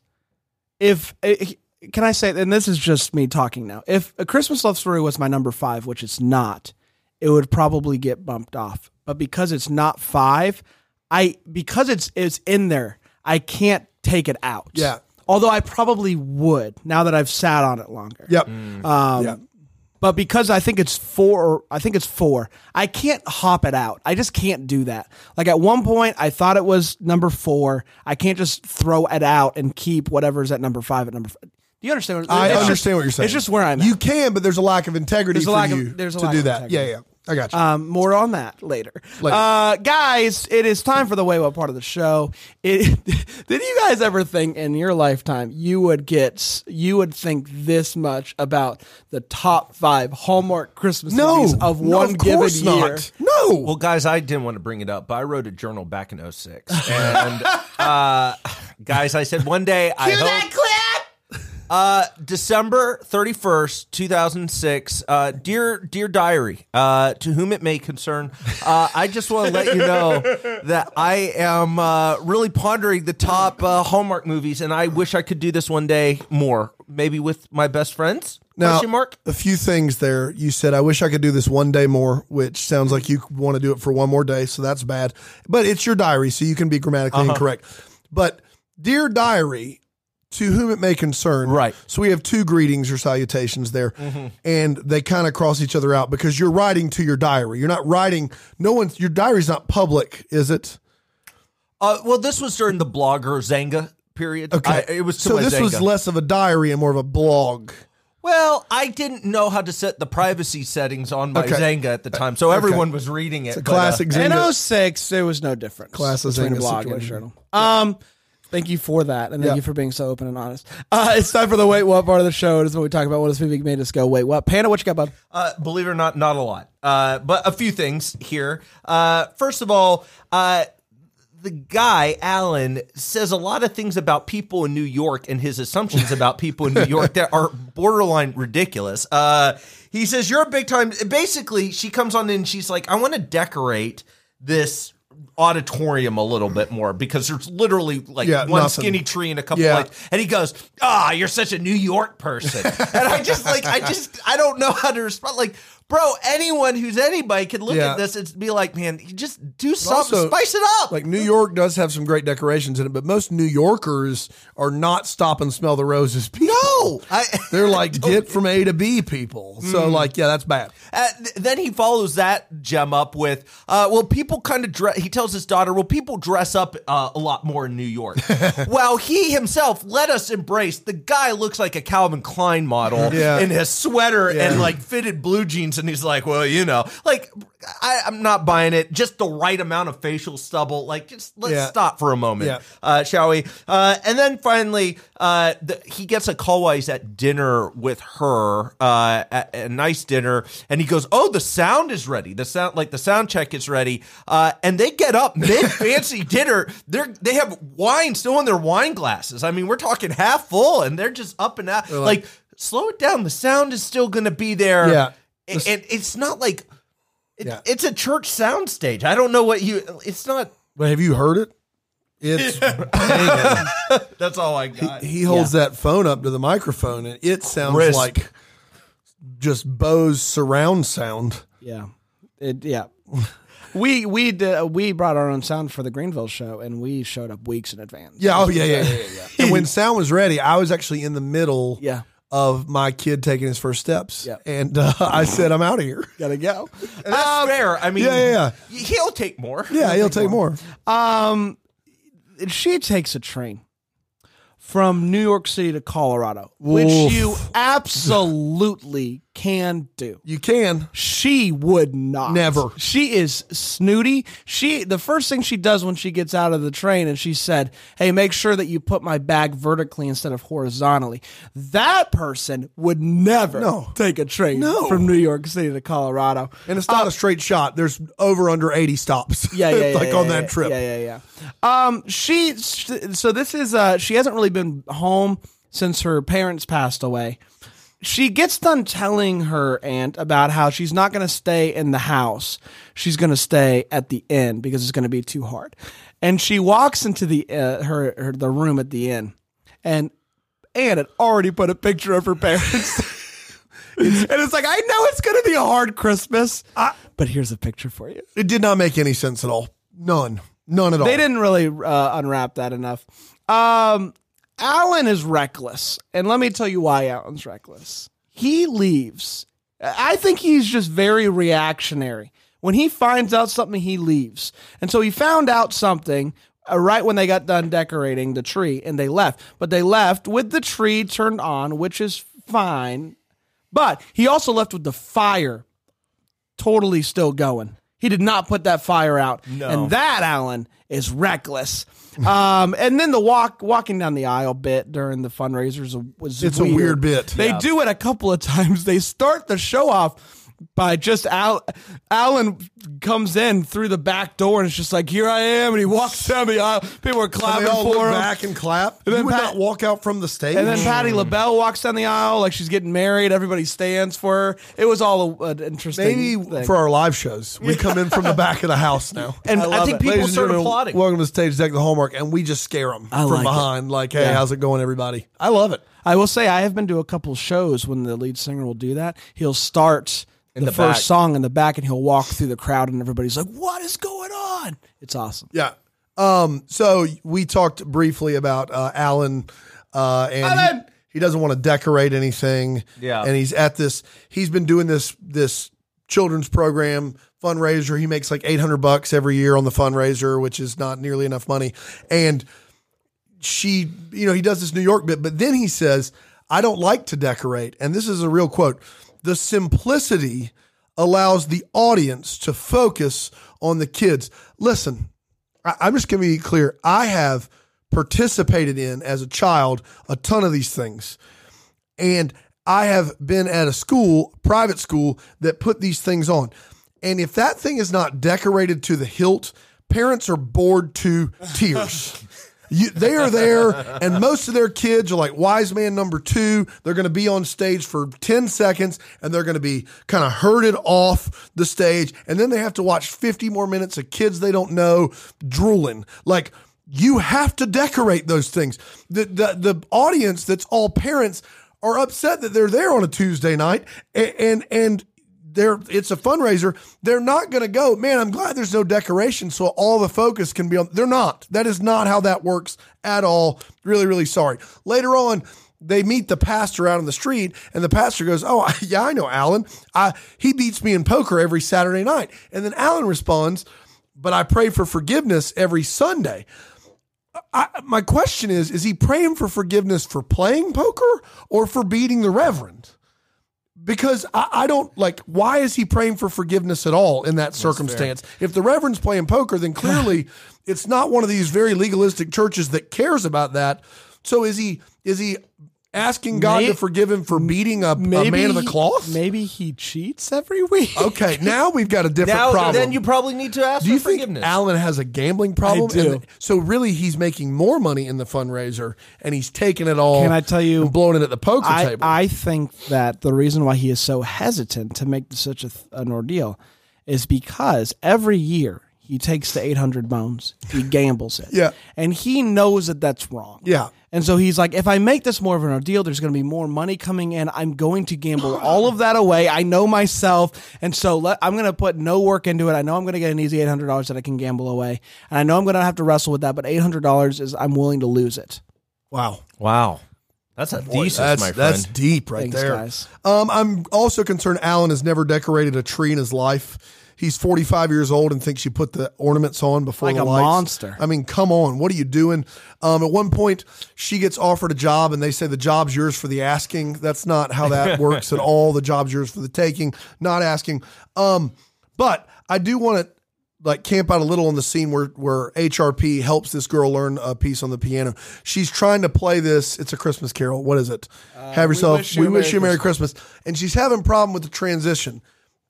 S1: if eh, can I say and this is just me talking now. If a Christmas love story was my number 5, which it's not, it would probably get bumped off. But because it's not 5, I because it's it's in there, I can't take it out.
S3: Yeah.
S1: Although I probably would now that I've sat on it longer.
S3: Yep.
S1: Um,
S3: Yeah.
S1: But because I think it's four, I think it's four. I can't hop it out. I just can't do that. Like at one point, I thought it was number four. I can't just throw it out and keep whatever's at number five at number. Five. Do you understand? What,
S3: I
S1: it's just-
S3: understand what you're saying.
S1: It's just where I'm. at.
S3: You can, but there's a lack of integrity
S1: There's a
S3: for
S1: lack of-
S3: you
S1: there's a
S3: to
S1: lack
S3: do
S1: of
S3: that. Yeah,
S1: integrity.
S3: yeah. I got you.
S1: Um, more on that later.
S3: Later.
S1: Uh, guys, it is time for the way what part of the show. It, did you guys ever think in your lifetime you would get s- you would think this much about the top five Hallmark Christmas movies of
S3: no,
S1: one given
S3: course
S1: year?
S3: not. No.
S2: Well, guys, I didn't want to bring it up, but I wrote a journal back in 06. And, uh, guys, I said one day I hope. Uh, December 31st, 2006. Uh, dear, dear diary, uh, to whom it may concern, uh, I just want to let you know that I am uh, really pondering the top uh, Hallmark movies, and I wish I could do this one day more, maybe with my best friends.
S3: now,
S2: Question mark.
S3: a few things there. You said, I wish I could do this one day more, which sounds like you want to do it for one more day, so that's bad. But it's your diary, so you can be grammatically
S2: Uh-huh.
S3: incorrect. But, dear diary, to whom it may concern.
S2: Right. Mm-hmm.
S3: So we have two greetings or salutations there, and they kind of cross each other out because you're writing to your diary. You're not writing, no one's, your diary's not public, is it?
S2: Uh, well, this was during the blogger Zanga period. Okay, it was to
S3: so
S2: my
S3: this was
S2: Zanga.
S3: less of a diary and more of a blog.
S2: Well, I didn't know how to set the privacy settings on my
S3: Okay.
S2: Zanga at the time, so everyone was reading it.
S3: It's a
S2: but, uh,
S3: classic Zynga.
S1: In 06, there was no difference.
S3: Class of
S1: between a
S3: Zynga
S1: blog and a
S3: situation.
S1: journal. Um, thank you for that, and thank
S3: Yeah.
S1: you for being so open and honest. Uh, it's time for the wait what part of the show. It is when we talk about what this movie made us go wait what. Panda, what you got, bud?
S2: Uh, believe it or not, not a lot, uh, but a few things here. Uh, first of all, uh, the guy Alan says a lot of things about people in New York and his assumptions about people in New York that are borderline ridiculous. Uh, he says you're a big time. Basically, she comes on in. She's like, I want to decorate this auditorium a little bit more because there's literally like
S3: Yeah,
S2: one
S3: nothing.
S2: skinny tree and a couple
S3: Yeah.
S2: like and he goes, "Ah, you're such a New York person." and I just like, I just, I don't know how to respond. Like, bro, anyone who's anybody could look
S3: Yeah.
S2: at this and be like, "Man, you just do something,
S3: also,
S2: spice it up."
S3: Like New York does have some great decorations in it, but most New Yorkers are not stop and smell the roses. People.
S2: No, I- Mm.
S3: they're like get from A to B people. So like, yeah, that's bad.
S2: Uh, th- then he follows that gem up with, uh, well, people kind of dress. He tells his daughter, well, people dress up uh, a lot more in New York. While he himself, let us embrace, the guy looks like a Calvin Klein model
S3: Yeah.
S2: in his sweater
S3: Yeah.
S2: and like fitted blue jeans. And he's like, well, you know, like, I, I'm not buying it. Just the right amount of facial stubble. Like, just let's
S3: Yeah.
S2: stop for a moment,
S3: Yeah.
S2: uh, shall we? Uh, and then finally, uh, the, he gets a call while he's at dinner with her, uh, at, a nice dinner, and he goes, "Oh, the sound is ready. The sound, like the sound check is ready." Uh, and they get up mid fancy dinner. They're they have wine still in their wine glasses. I mean, we're talking half full, and they're just up and out. Like, slow it down. The sound is still going to be there.
S3: Yeah.
S2: A- and it's not like It,
S3: Yeah.
S2: It's a church soundstage. I don't know what you. It's not.
S3: But have you heard it? It's
S2: That's all I got.
S3: he holds that phone up to the microphone and it sounds
S2: Crisp.
S3: like just Bose surround sound.
S1: Yeah. It, yeah. we we did, uh, we brought our own sound for the Greenville show, and we showed up weeks in advance.
S3: Yeah, oh yeah, yeah, yeah, yeah. yeah. and when sound was ready, I was actually in the middle
S1: Yeah.
S3: of my kid taking his first steps.
S1: Yeah.
S3: And uh, I said, I'm out of here.
S1: Gotta go.
S2: And that's fair. I mean,
S3: Um, yeah, yeah,
S2: y- he'll take more.
S3: Yeah, he'll take more.
S1: Um, she takes a train from New York City to Colorado, which
S3: Oof.
S1: you absolutely can do.
S3: You can.
S1: She would not.
S3: Never.
S1: She is snooty. She the first thing she does when she gets out of the train and she said, "Hey, make sure that you put my bag vertically instead of horizontally." That person would never
S3: No.
S1: take a train from New York City to Colorado.
S3: And it's not a straight shot. There's over under 80 stops.
S1: Oh. yeah, yeah, yeah
S3: like
S1: yeah,
S3: on
S1: yeah,
S3: that trip.
S1: Yeah, yeah, yeah. Um, she so this is uh, she hasn't really been home since her parents passed away. She gets done telling her aunt about how she's not going to stay in the house. She's going to stay at the inn because it's going to be too hard. And she walks into the uh, her, her the room at the inn, and Anne had already put a picture of her parents. and it's like I know it's going to be a hard Christmas, but here's a picture for you.
S3: It did not make any sense at all. None. None at all.
S1: They didn't really uh, unwrap that enough. Um, Alan is reckless, and let me tell you why Alan's reckless. He leaves. I think he's just very reactionary. When he finds out something, he leaves. And so he found out something uh, right when they got done decorating the tree, and they left. But they left with the tree turned on, which is fine. But he also left with the fire totally still going. He did not put that fire out. And that, Alan, is reckless. Um, and then the walk walking down the aisle bit during the fundraisers was
S3: It's a weird bit.
S1: They do it a couple of times. They start the show off by just Al- Alan comes in through the back door and it's just like here I am and he walks down the aisle. People are
S3: And
S1: clapping
S3: they all
S1: for
S3: look
S1: him.
S3: back and clap. And
S1: then
S3: you would
S1: Pat-
S3: not walk out from the stage.
S1: And then Patty LaBelle walks down the aisle like she's getting married. Everybody stands for her. It was all a, an interesting.
S3: Maybe
S1: thing.
S3: for our live shows, we come in from the back of the house now.
S1: and I,
S2: I think
S1: think
S2: people
S3: Ladies and
S2: started
S3: gentlemen,
S2: applauding.
S3: Welcome to Stage Deck, the Hallmark, and we just scare them from
S1: like it.
S3: behind. Like, hey, how's it going, everybody? I love it.
S1: I will say I have been to a couple shows when the lead singer will do that. He'll start the, first
S2: back.
S1: song in the back and he'll walk through the crowd and everybody's like, "What is going on?" It's awesome.
S3: Yeah. Um. So we talked briefly about uh, Alan, uh, and he-
S1: Alan!
S3: He, doesn't want to decorate anything.
S2: Yeah.
S3: And he's at this. He's been doing this this children's program fundraiser. He makes like eight hundred bucks every year on the fundraiser, which is not nearly enough money. And she, you know, he does this New York bit, but then he says, I don't like to decorate. And this is a real quote the simplicity allows the audience to focus on the kids. Listen, I, I'm just going to be clear. I have participated in as a child a ton of these things. And I have been at a school, private school, that put these things on. And if that thing is not decorated to the hilt, parents are bored to tears. You, they are there, and most of their kids are like wise man number two. They're going to be on stage for 10 seconds and they're going to be kind of herded off the stage. And then they have to watch 50 more minutes of kids they don't know drooling. Like, you have to decorate those things. The, the, the audience that's all parents are upset that they're there on a Tuesday night and, and, and they're it's a fundraiser. They're not going to go. Man, I'm glad there's no decoration, so all the focus can be on. They're not. That is not how that works at all. Really, really sorry. Later on, they meet the pastor out on the street, and the pastor goes, "Oh, yeah, I know Alan. I he beats me in poker every Saturday night." And then Alan responds, "But I pray for forgiveness every Sunday." I, my question is: Is he praying for forgiveness for playing poker or for beating the reverend? because I, I don't like why is he praying for forgiveness at all in that circumstance if the reverend's playing poker then clearly it's not one of these very legalistic churches that cares about that so is he is he asking god
S1: May-
S3: to forgive him for beating a, a man of the
S1: he-
S3: cloth
S1: Maybe he cheats every week.
S3: okay now we've got a different
S2: Now,
S3: problem
S2: then you probably need to ask
S3: do you
S2: for
S3: think
S2: forgiveness.
S3: Alan has a gambling problem?
S1: do.
S3: And so really, he's making more money in the fundraiser, and he's taking it all.
S1: Can I tell you-
S3: and blowing it at the poker
S1: I,
S3: table?
S1: I think that the reason why he is so hesitant to make such a th- an ordeal is because every year he takes the 800 bones, he gambles it.
S3: Yeah.
S1: And he knows that that's wrong.
S3: Yeah.
S1: And so he's like, if I make this more of an ordeal, there's going to be more money coming in. I'm going to gamble all of that away. I know myself. And so let, I'm going to put no work into it. I know I'm going to get an easy $800 that I can gamble away. And I know I'm going to have to wrestle with that, but $800 is I'm willing to lose it.
S3: Wow.
S2: Wow. That's a
S3: Boy,
S2: thesis,
S3: that's,
S2: my friend.
S3: that's deep right
S1: Thanks,
S3: there.
S1: guys.
S3: Um, I'm also concerned Alan has never decorated a tree in his life. He's 45 years old and thinks you put the ornaments on before
S1: Like
S3: the
S1: a
S3: lights.
S1: monster.
S3: I mean, come on, what are you doing? Um, at one point, she gets offered a job, and they say the job's yours for the asking. That's not how that works at all. The job's yours for the taking, not asking. Um, but I do want to like camp out a little on the scene where where HRP helps this girl learn a piece on the piano. She's trying to play this. It's a Christmas carol. What is it? Have yourself. Uh, We wish you, a, Merry Christmas. And she's having a problem with the transition.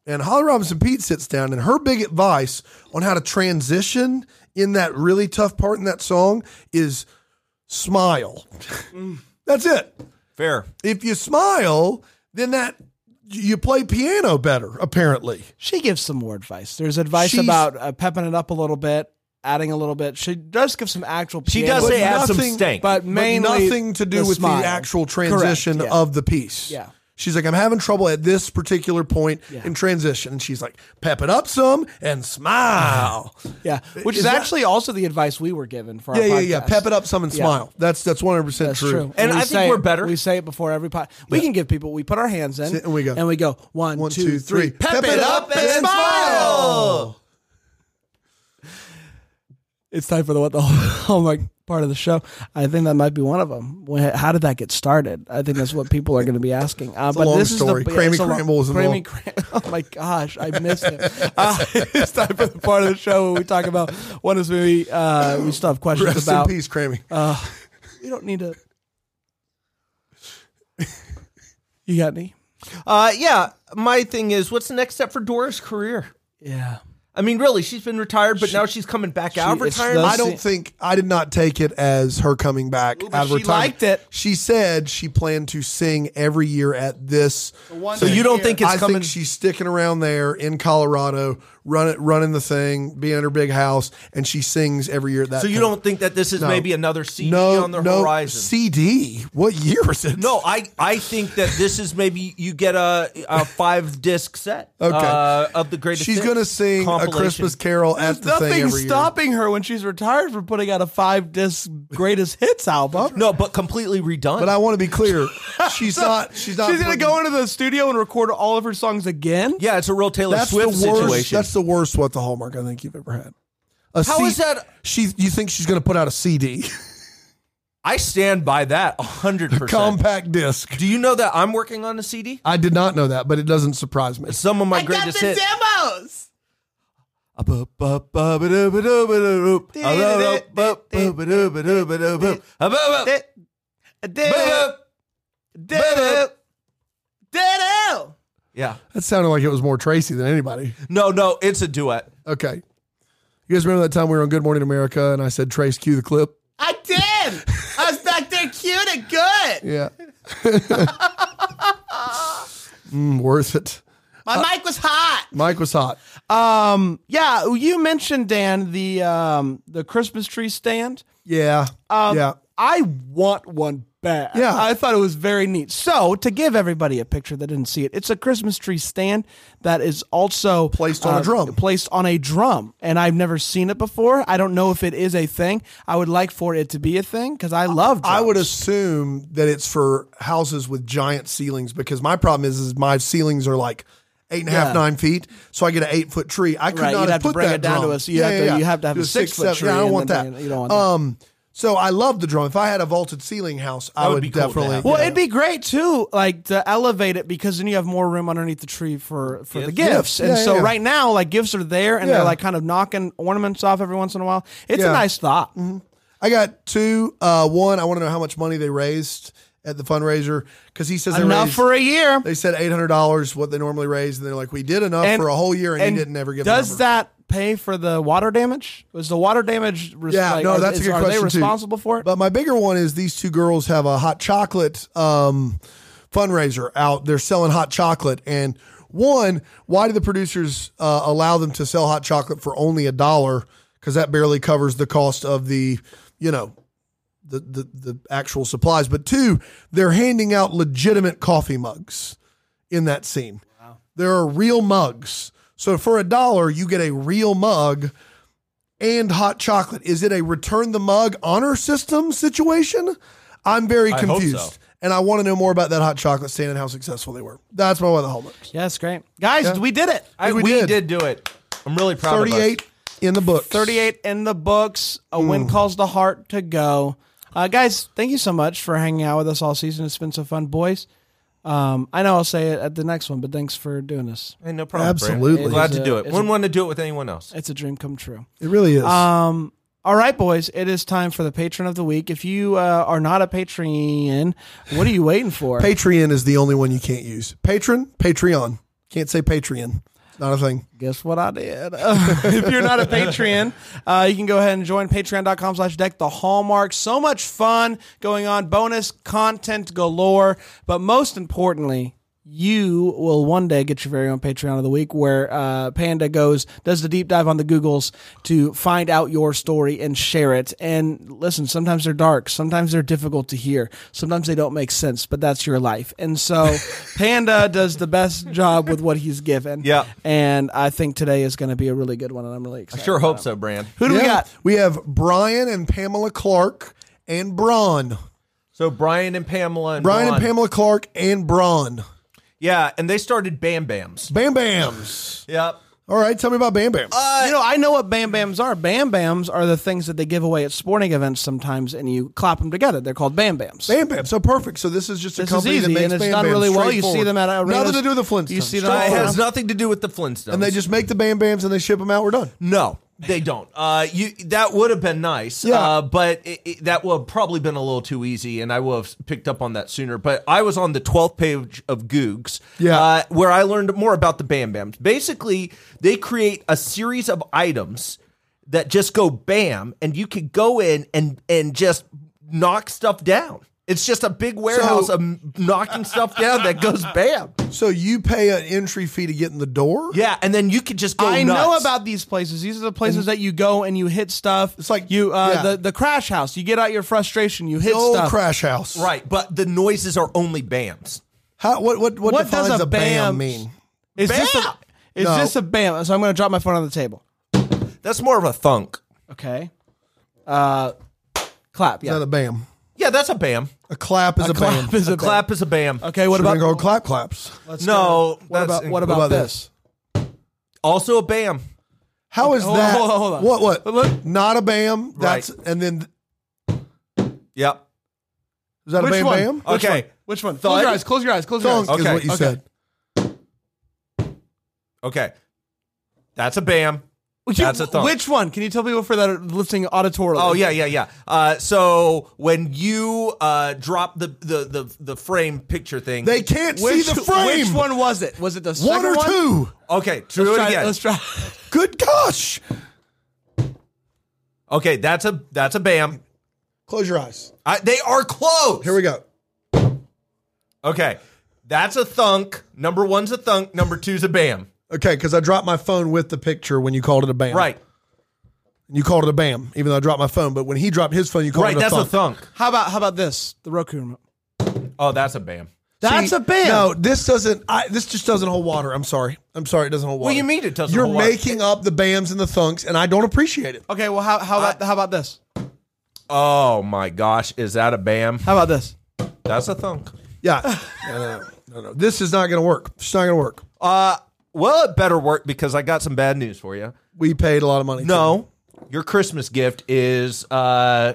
S3: And Holly Robinson Pete sits down, and her big advice on how to transition in that really tough part in that song is smile. That's it
S2: Fair.
S3: if you smile, then that you play piano better, apparently.
S1: She gives some more advice. There's advice
S3: She's-
S1: about uh, pepping it up a little bit, adding a little bit. She does give some actual.
S2: She
S1: piano
S2: does say
S1: advice,
S2: add some
S3: nothing-
S2: stank.
S1: but
S3: But
S1: mainly
S3: nothing to do with
S1: smile.
S3: the actual transition
S1: Correct, yeah.
S3: of the piece.
S1: Yeah.
S3: She's like, I'm having trouble at this particular point in transition. And she's like, pep it up some and smile.
S1: Yeah, which is,
S3: Is that-
S1: actually also the advice we were given for
S3: yeah,
S1: our
S3: yeah,
S1: podcast.
S3: yeah. Pep it up some and smile. That's that's 100%
S1: That's
S3: true.
S1: true.
S2: And
S1: we
S2: I think
S1: say
S2: we're
S1: it-
S2: better.
S1: We say it before every pot. We can give people. We put our hands in
S3: and we go.
S1: and we go one,
S3: One,
S1: two, three.
S3: Pep it up and smile.
S1: It's time for the what the hallmark part of the show. I think that might be one of them. Wh- How did that get started? I think that's what people are going to be asking. Uh, but
S3: long
S1: this
S3: story.
S1: is the
S3: Crammy
S1: it's a long-
S3: Cramble was
S1: Crammy
S3: involved.
S1: Cram- Oh my gosh, I missed it. Uh, it's time for the part of the show where we talk about what is movie. Uh, we still have questions
S3: Rest
S1: about. uh,
S3: in peace, Crammy.
S1: You don't need to. you got any?
S2: Uh, yeah. My thing is, what's the next step for Dora's career?
S1: Yeah.
S2: I mean, really, she's been retired, but now she's coming back out of
S1: it's
S2: retirement.
S1: those-
S3: I don't think I did not take it as her coming back
S2: Ooh, but
S3: out of
S2: she
S3: retirement.
S1: liked it.
S3: She said she planned to sing every year at this.
S2: So you don't think it's
S3: I
S2: coming?
S3: think she's sticking around there in Colorado, run, running the thing, being in her big house, and she sings every year at that.
S2: so you
S3: thing.
S2: don't think that this is maybe another CD
S3: no
S2: on the
S3: no
S2: horizon?
S3: CD? What year is it?
S2: no, I I think that this is maybe you get a, a five disc set
S3: Okay.
S2: uh, of the greatest.
S3: she's
S2: hits
S3: going to sing a
S2: compilation.
S3: Christmas Carol at the thing
S1: Nothing
S3: every year.
S1: stopping her when she's retired from putting out a five disc greatest hits album.
S2: No, but completely redone.
S3: But I want to be clear, she's not. She's not.
S1: She's gonna
S3: putting-
S1: go into the studio and record all of her songs again.
S2: yeah, it's a real Taylor
S3: That's the
S2: Swift
S3: worst.
S2: situation.
S3: That's the worst. What the hallmark I think you've ever had. A
S2: How
S3: C-
S2: is that?
S3: She, you think she's going to put out a CD,
S2: I stand by that hundred percent.
S3: compact disc?
S2: Do you know that I'm working on a CD?
S3: I did not know that, but it doesn't surprise me.
S2: Some of my greatest hits.
S1: demos.
S2: Yeah.
S3: That sounded like it was more Tracy than anybody.
S2: No, no, it's a duet.
S3: Okay, you guys remember that time we were on Good Morning America and I said Trace, cue the clip.
S1: I did. I was back there cute and good.
S3: Yeah, Mm, worth it.
S1: My mic was hot.
S3: Mike was hot.
S1: Um, yeah, you mentioned Dan the um the Christmas tree stand.
S3: Yeah,
S1: Um,
S3: yeah.
S1: I want one bad.
S3: Yeah.
S1: I thought it was very neat. So, to give everybody a picture that didn't see it, it's a Christmas tree stand that is also uh,
S3: Placed on a drum.
S1: Placed on a drum. And I've never seen it before. I don't know if it is a thing. I would like for it to be a thing because I love drums.
S3: I would assume that it's for houses with giant ceilings because my problem is, is my ceilings are like eight and a half,
S1: Yeah.
S3: nine feet. So I get an eight foot tree. I could
S1: Right,
S3: not
S1: you'd have to
S3: put
S1: bring
S3: that
S1: it down
S3: drum.
S1: to us. You have to- you have to have
S3: Do
S1: a six-foot tree
S3: Yeah, I don't
S1: and
S3: want
S1: then
S3: that.
S1: bring it- you don't want that.
S3: um, so I love the drum. If I had a vaulted ceiling house, I
S2: would
S3: would,
S2: be cool to
S3: definitely.
S2: have.
S1: well,
S3: yeah.
S1: it'd be great too, like to elevate it because then you have more room underneath the tree for for the gifts. And
S3: Yeah, yeah,
S1: so
S3: yeah.
S1: right now, like gifts are there and
S3: Yeah.
S1: they're like kind of knocking ornaments off every once in a while. It's
S3: Yeah. Mm-hmm.
S1: a nice thought.
S3: I got two. Uh, one, I want to know how much money they raised at the fundraiser because he says they
S1: Enough
S3: raised-
S1: for a year.
S3: They said eight hundred dollars what they normally raise, and they're like, "We did enough for a whole year, and, he didn't ever give."
S1: Does that
S3: that?
S1: pay for the water damage? Was the water damage? Res-
S3: Yeah,
S1: like,
S3: no,
S1: are-
S3: that's
S1: is-
S3: a good
S1: are
S3: question.
S1: they
S3: too.
S1: responsible for it?
S3: But my bigger one is these two girls have a hot chocolate um, fundraiser out. They're selling hot chocolate, and One, why did the producers uh, allow them to sell hot chocolate for only a dollar? Because that barely covers the cost of the, you know, the, the the actual supplies. But two, they're handing out legitimate coffee mugs in that scene. There are real mugs. So for a dollar, you get a real mug and hot chocolate. Is it a return the mug honor system situation? I'm very
S2: I hope
S3: confused.
S2: so.
S3: And I want to know more about that hot chocolate stand and how successful they were. That's my one of the hallmarks.
S1: Yeah, it's great. Guys, we did it.
S2: I,
S3: we
S2: we
S3: did.
S2: did. do it. I'm really proud of us.
S3: 38 in the book.
S1: 38 in the books. A Wind Calls the Heart to Go. Uh, guys, thank you so much for hanging out with us all season. It's been so fun, boys. Um, I know I'll say it at the next one, but thanks for doing this.
S2: Hey, no problem. Brandon.
S3: Absolutely.
S2: Glad
S1: It's
S2: to
S1: a-
S2: do it.
S1: it's
S2: Wouldn't
S1: a-
S2: want to do it with anyone else.
S1: It's a dream come true.
S3: It really is.
S1: Um, All right, boys, it is time for the patron of the week. If you uh, are not a patron, what are you waiting for?
S3: Patreon is the only one you can't use. Patron, Patreon. Can't say Patreon. It's Not a thing.
S1: guess what I did? if you're not a Patreon, uh, you can go ahead and join patreon.com slash deck the hallmark. So much fun going on, bonus content galore. But most importantly, you will one day get your very own Patreon of the week where uh, Panda goes, does the deep dive on the Googles to find out your story and share it. And listen, sometimes they're dark, sometimes they're difficult to hear, sometimes they don't make sense, but that's your life. And so Panda does the best job with what he's given.
S2: Yeah.
S1: And I think today is going to be a really good one, and I'm really excited.
S2: Sure hope so, Brand.
S1: Who do we
S3: Yeah.
S1: got?
S3: We have Brian and Pamela Clark and Braun.
S2: So Brian and Pamela and
S3: Brian
S2: Ron.
S3: and Pamela Clark and Braun.
S2: Yeah, and they started Bam Bams.
S3: Bam Bams.
S2: Yep.
S3: All right, tell me about Bam Bams.
S1: you know, I know what Bam Bams are. Bam Bams are the things that they give away at sporting events sometimes, and you clap them together. They're called Bam Bams.
S3: Bam Bam. So perfect. So this is just a
S1: This is
S3: company that
S1: easy,
S3: makes
S1: and it's
S3: Bam
S1: done
S3: Bams
S1: really well. You
S3: straightforward.
S1: see them at arenas.
S3: nothing to do with the Flintstones.
S1: You see them-
S2: Uh, it
S1: Oh.
S2: has nothing to do with the Flintstones.
S3: and they just make the Bam Bams and they ship them out. We're done.
S2: no, they don't. Uh, you that would have been nice.
S3: Yeah.
S2: Uh, but it, it, that would have probably been a little too easy, and I would have picked up on that sooner. But I was on the twelfth page of Googs.
S3: Yeah.
S2: Uh, where I learned more about the Bam Bams. Basically, they create a series of items that just go bam, and you could go in and and just knock stuff down. It's just a big warehouse of knocking stuff down that goes bam.
S3: So you pay an entry fee to get in the door.
S2: Yeah, and then you could just go.
S1: I
S2: nuts.
S1: know about these places. These are the places that you go and you hit stuff. It's
S3: like-
S1: you uh,
S3: yeah.
S1: the the crash house. You get out your frustration. You hit
S3: The old
S1: stuff.
S3: Oh, crash house.
S2: Right, but the noises are only BAMs.
S3: How, what what what,
S1: What
S3: defines
S1: does a
S3: a bam
S1: Bams-
S3: mean?
S1: Is this
S2: Bam!
S1: a is
S3: No.
S1: this a Bam? So I'm going to drop my phone on the table.
S2: That's more of a thunk.
S1: Okay. Uh, clap.
S3: Not
S1: Yeah.
S3: a bam.
S2: Yeah, that's a BAM.
S3: A clap is a, bam.
S1: Clap is a
S2: A clap is a BAM.
S1: Okay. What
S3: We're
S1: about
S3: gonna go clap claps.
S2: No,
S1: what
S2: that's
S1: about what
S2: inc-
S1: about,
S3: about
S1: this?
S3: this?
S2: also a BAM?
S3: How is
S1: hold on,
S3: that?
S1: hold on, hold on.
S3: What what?
S1: Look.
S3: Not a bam. That's and then
S2: Yep.
S3: is that
S1: Which
S3: a bam
S1: one?
S3: bam?
S1: Which
S2: Okay.
S1: one? Which one? Close your eyes. Close your eyes. Close your eyes.
S3: Thunk is
S2: Okay,
S3: what you
S2: okay.
S3: said.
S2: Okay. That's a BAM.
S1: Would you-
S2: That's a thunk.
S1: Which one? Can you tell people for that are listening auditorily?
S2: Oh yeah, yeah, yeah. Uh, so when you uh, drop the, the the the frame picture thing,
S3: They can't
S1: Which,
S3: see the frame.
S1: which one was it? Was it the
S3: One
S1: second
S3: or two.
S2: okay, do it
S1: Try-
S2: again.
S1: let's try.
S3: Good gosh!
S2: Okay, that's a that's a BAM.
S3: Close your eyes.
S2: I, they are close.
S3: Here we go.
S2: Okay, that's a thunk. Number one's a thunk. Number two's a BAM.
S3: Okay, because I dropped my phone with the picture when you called it a bam.
S2: Right,
S3: You called it a bam, even though I dropped my phone. But when he dropped his phone, you called
S2: right.
S3: it a
S2: That's
S3: thunk.
S2: a thunk.
S1: How about how about this? The Roku remote.
S2: Oh, that's a BAM.
S1: That's
S3: See,
S1: a band.
S3: No, this doesn't. I, this just doesn't hold water. I'm sorry. I'm sorry. It doesn't hold water.
S2: What do you mean it doesn't
S3: You're
S2: hold water?
S3: making up the bams and the thunks, and I don't appreciate it.
S1: Okay. Well, how how about
S2: Uh,
S1: how about this?
S2: Oh my gosh, is that a BAM?
S1: How about this?
S2: That's a thunk.
S3: Yeah. no, no, no, no, no. This is not going to work. It's not going to work.
S2: Uh, well, it better work because I got some bad news for you.
S3: We paid a lot of money.
S2: No, your Christmas gift is uh,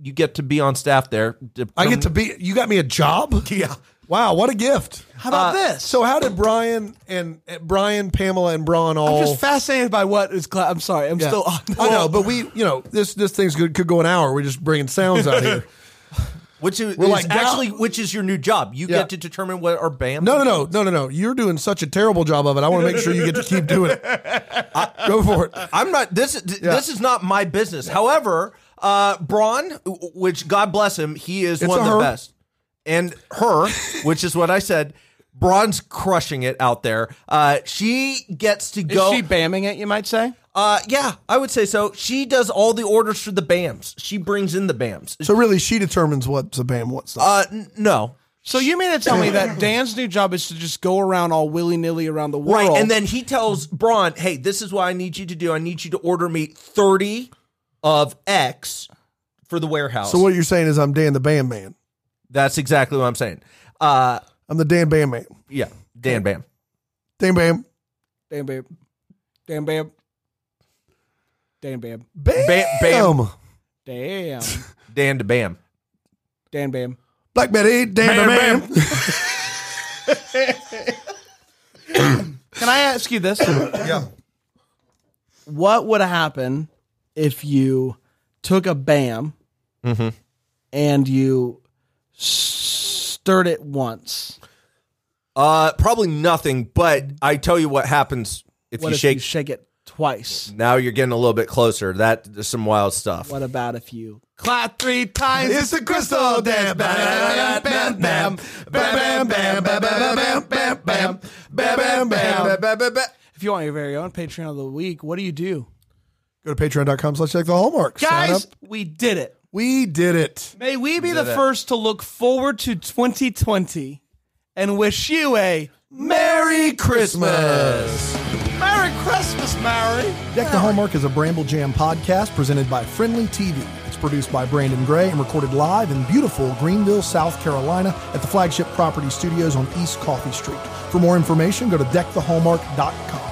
S2: you get to be on staff there.
S3: I get to be. You got me a job.
S2: yeah.
S3: Wow, what a gift!
S1: How about this?
S3: So, how did Brian and uh, Brian, Pamela, and Braun all?
S1: I'm
S2: Oh.
S1: just fascinated by what is. Cla- I'm sorry. I'm
S3: Yeah.
S1: still on.
S3: I know, but we, you know, this this thing's good, could go an hour. We're just bringing sounds out here.
S2: Which is,
S3: We're
S2: is
S3: like,
S2: actually which is your new job? You
S3: Yeah.
S2: get to determine what are BAM.
S3: No, no, no, no, no, no. You're doing such a terrible job of it. I want to make sure you get to keep doing it. go for it.
S2: I'm not. This is- th- this is not my business. However, uh, Braun, w- which God bless him, he is one
S3: a
S2: of the
S3: her.
S2: best, and her, which is what I said. Braun's crushing it out there. Uh, she gets to
S1: Is
S2: go.
S1: she bamming it? You might say.
S2: uh, yeah, I would say so. She does all the orders for the BAMs. She brings in the BAMs.
S3: So really, she determines what's a BAM, what's not.
S2: Uh, n- no.
S1: So you mean to tell me that Dan's new job is to just go around all willy nilly around the
S2: Right.
S1: world?
S2: And then he tells Braun, hey, this is what I need you to do. I need you to order me 30 of X for the warehouse.
S3: so what you're saying is I'm Dan the BAM man.
S2: That's exactly what I'm saying. Uh,
S3: I'm the Dan BAM man.
S2: yeah, Dan Bam.
S3: Dan BAM.
S1: damn babe, damn babe, damn babe,
S3: Bam.
S2: Bam- bam.
S1: damn,
S2: Dan to Bam.
S1: damn babe.
S3: Black Betty. Dan
S2: Bam,
S3: bam. bam.
S1: Can I ask you this?
S3: yeah.
S1: what would happen if you took a bam Mm-hmm. and you stirred it once?
S2: Uh, probably nothing, but I tell you what happens if
S1: What
S2: you
S1: if
S2: shake.
S1: you shake it twice?
S2: now you're getting a little bit closer. That there's some wild stuff.
S1: What about if you clap three times?
S3: It's the crystal dance. Bam, bam, bam, bam, bam, bam, bam, bam, bam, bam, bam, bam, bam, bam.
S1: If you want your very own Patreon of the week, what do you do?
S3: Go to patreon.com slash check the hallmark. Sign up.
S1: Guys, we did it.
S3: We did it.
S1: May we be the
S2: it.
S1: first to look forward to 2020 and wish you a
S3: Merry Christmas.
S1: Merry Christmas, Mary.
S3: Deck the Hallmark is a Bramble Jam podcast presented by Friendly TV. It's produced by Brandon Gray and recorded live in beautiful Greenville, South Carolina at the flagship property studios on East Coffee Street. For more information, go to deckthehallmark.com.